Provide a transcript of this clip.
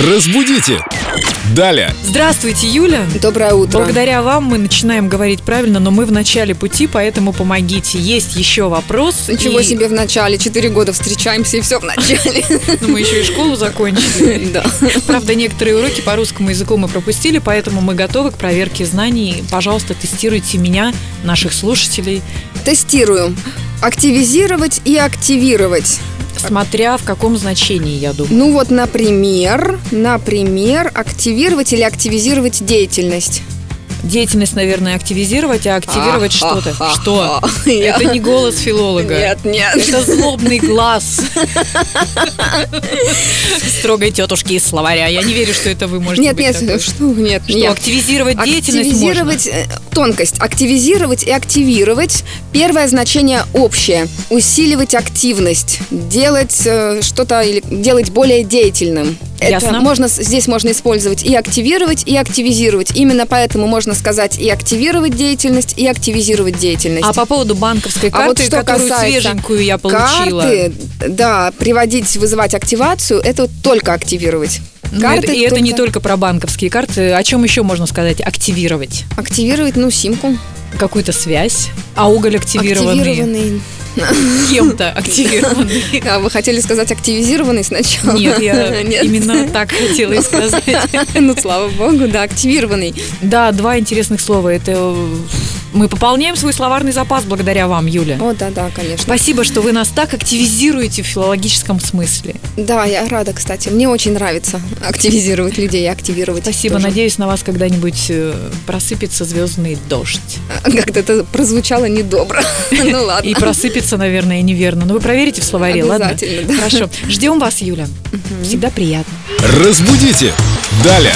Разбудите! Далее! Здравствуйте, Юля. Доброе утро. Благодаря вам мы начинаем говорить правильно, но мы в начале пути, поэтому помогите. Есть еще вопрос. Ничего и- себе в начале. Четыре года встречаемся и все в начале. Ну, мы еще и школу закончили. Да. Правда, некоторые уроки по русскому языку мы пропустили, поэтому мы готовы к проверке знаний. Пожалуйста, тестируйте меня, наших слушателей, Тестирую. Активизировать и активировать. смотря в каком значении, я думаю. Ну вот, например, например, активировать или активизировать деятельность. Деятельность, наверное, активизировать, а активировать что-то. А-ха-ха. Что? Я- Это не голос филолога. Нет, нет. Это злобный глаз. Строгой тетушки из словаря. Я не верю, что это вы можете Нет, быть такой. нет, что вы, нет, Что, нет. активизировать деятельность можно? Активизировать э, тонкость. Активизировать и активировать. Первое значение общее. Усиливать активность. Делать э, что-то или делать более деятельным. Ясно. Это можно, с- здесь можно использовать и активировать, и активизировать. Именно поэтому можно сказать и активировать деятельность, и активизировать деятельность. А по поводу банковской А карты, вот что которую касается свеженькую я получила. Ну, Карты, да, приводить, вызывать активацию, это только активировать. Ну, это- и это не только про банковские карты. О чем еще можно сказать? Активировать. Активировать, ну, симку. Какую-то связь. А уголь активированный. Активированный. Кем-то активированный. А, Вы хотели сказать активизированный сначала? Нет, я Нет. именно так хотела и сказать. Ну, слава богу, да, активированный. Да, два интересных слова. Это э, мы пополняем свой словарный запас благодаря вам, Юля. О, да, да, конечно. Спасибо, что вы нас так активизируете в филологическом смысле. Да, я рада, кстати. Мне очень нравится активизировать людей и активировать. их Спасибо. тоже. Надеюсь, на вас когда-нибудь э, просыпется звездный дождь. Как-то это прозвучало недобро. Ну ладно. И просыпется, наверное, неверно. Но вы проверите в словаре, ладно? Обязательно, да. Хорошо. Ждем вас, Юля. Всегда приятно. Разбудите! Далее!